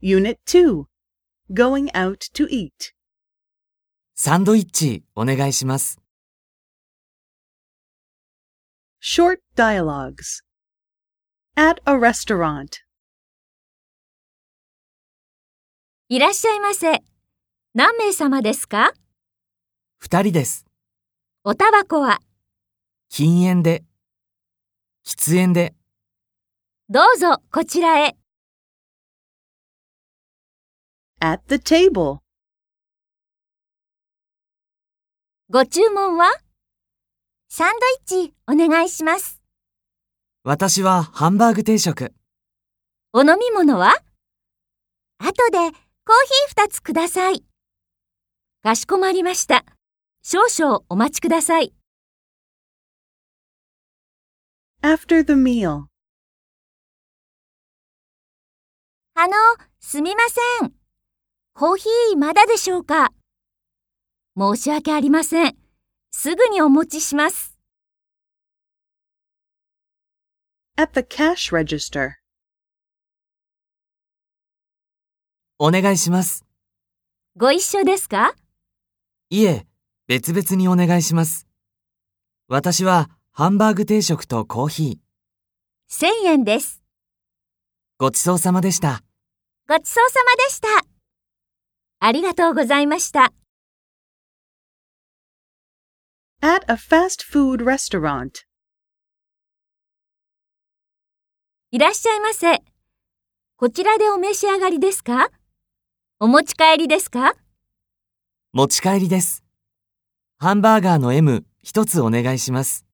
Unit 2 Going out to eat. サンドイッチお願いします。 Short dialogues. At a restaurant. いらっしゃいませ。何名様ですか二人です。おタバコは禁煙で。喫煙で。どうぞこちらへ。 At the table. ご注文はサンドイッチお願いします。私はハンバーグ定食。お飲み物は後でコーヒー2つください。かしこまりました。少々お待ちください。 After the meal. あの、すみません。コーヒーまだでしょうか申し訳ありません。すぐにお持ちします。 At the cash register. お願いします。ご一緒ですかいえ、別々にお願いします。私はハンバーグ定食とコーヒー。 ?1000 円です。ごちそうさまでした。ごちそうさまでした。ありがとうございました。 At a fast food restaurant. いらっしゃいませ。こちらでお召し上がりですかお持ち帰りですか持ち帰りです。ハンバーガーの M 一つお願いします。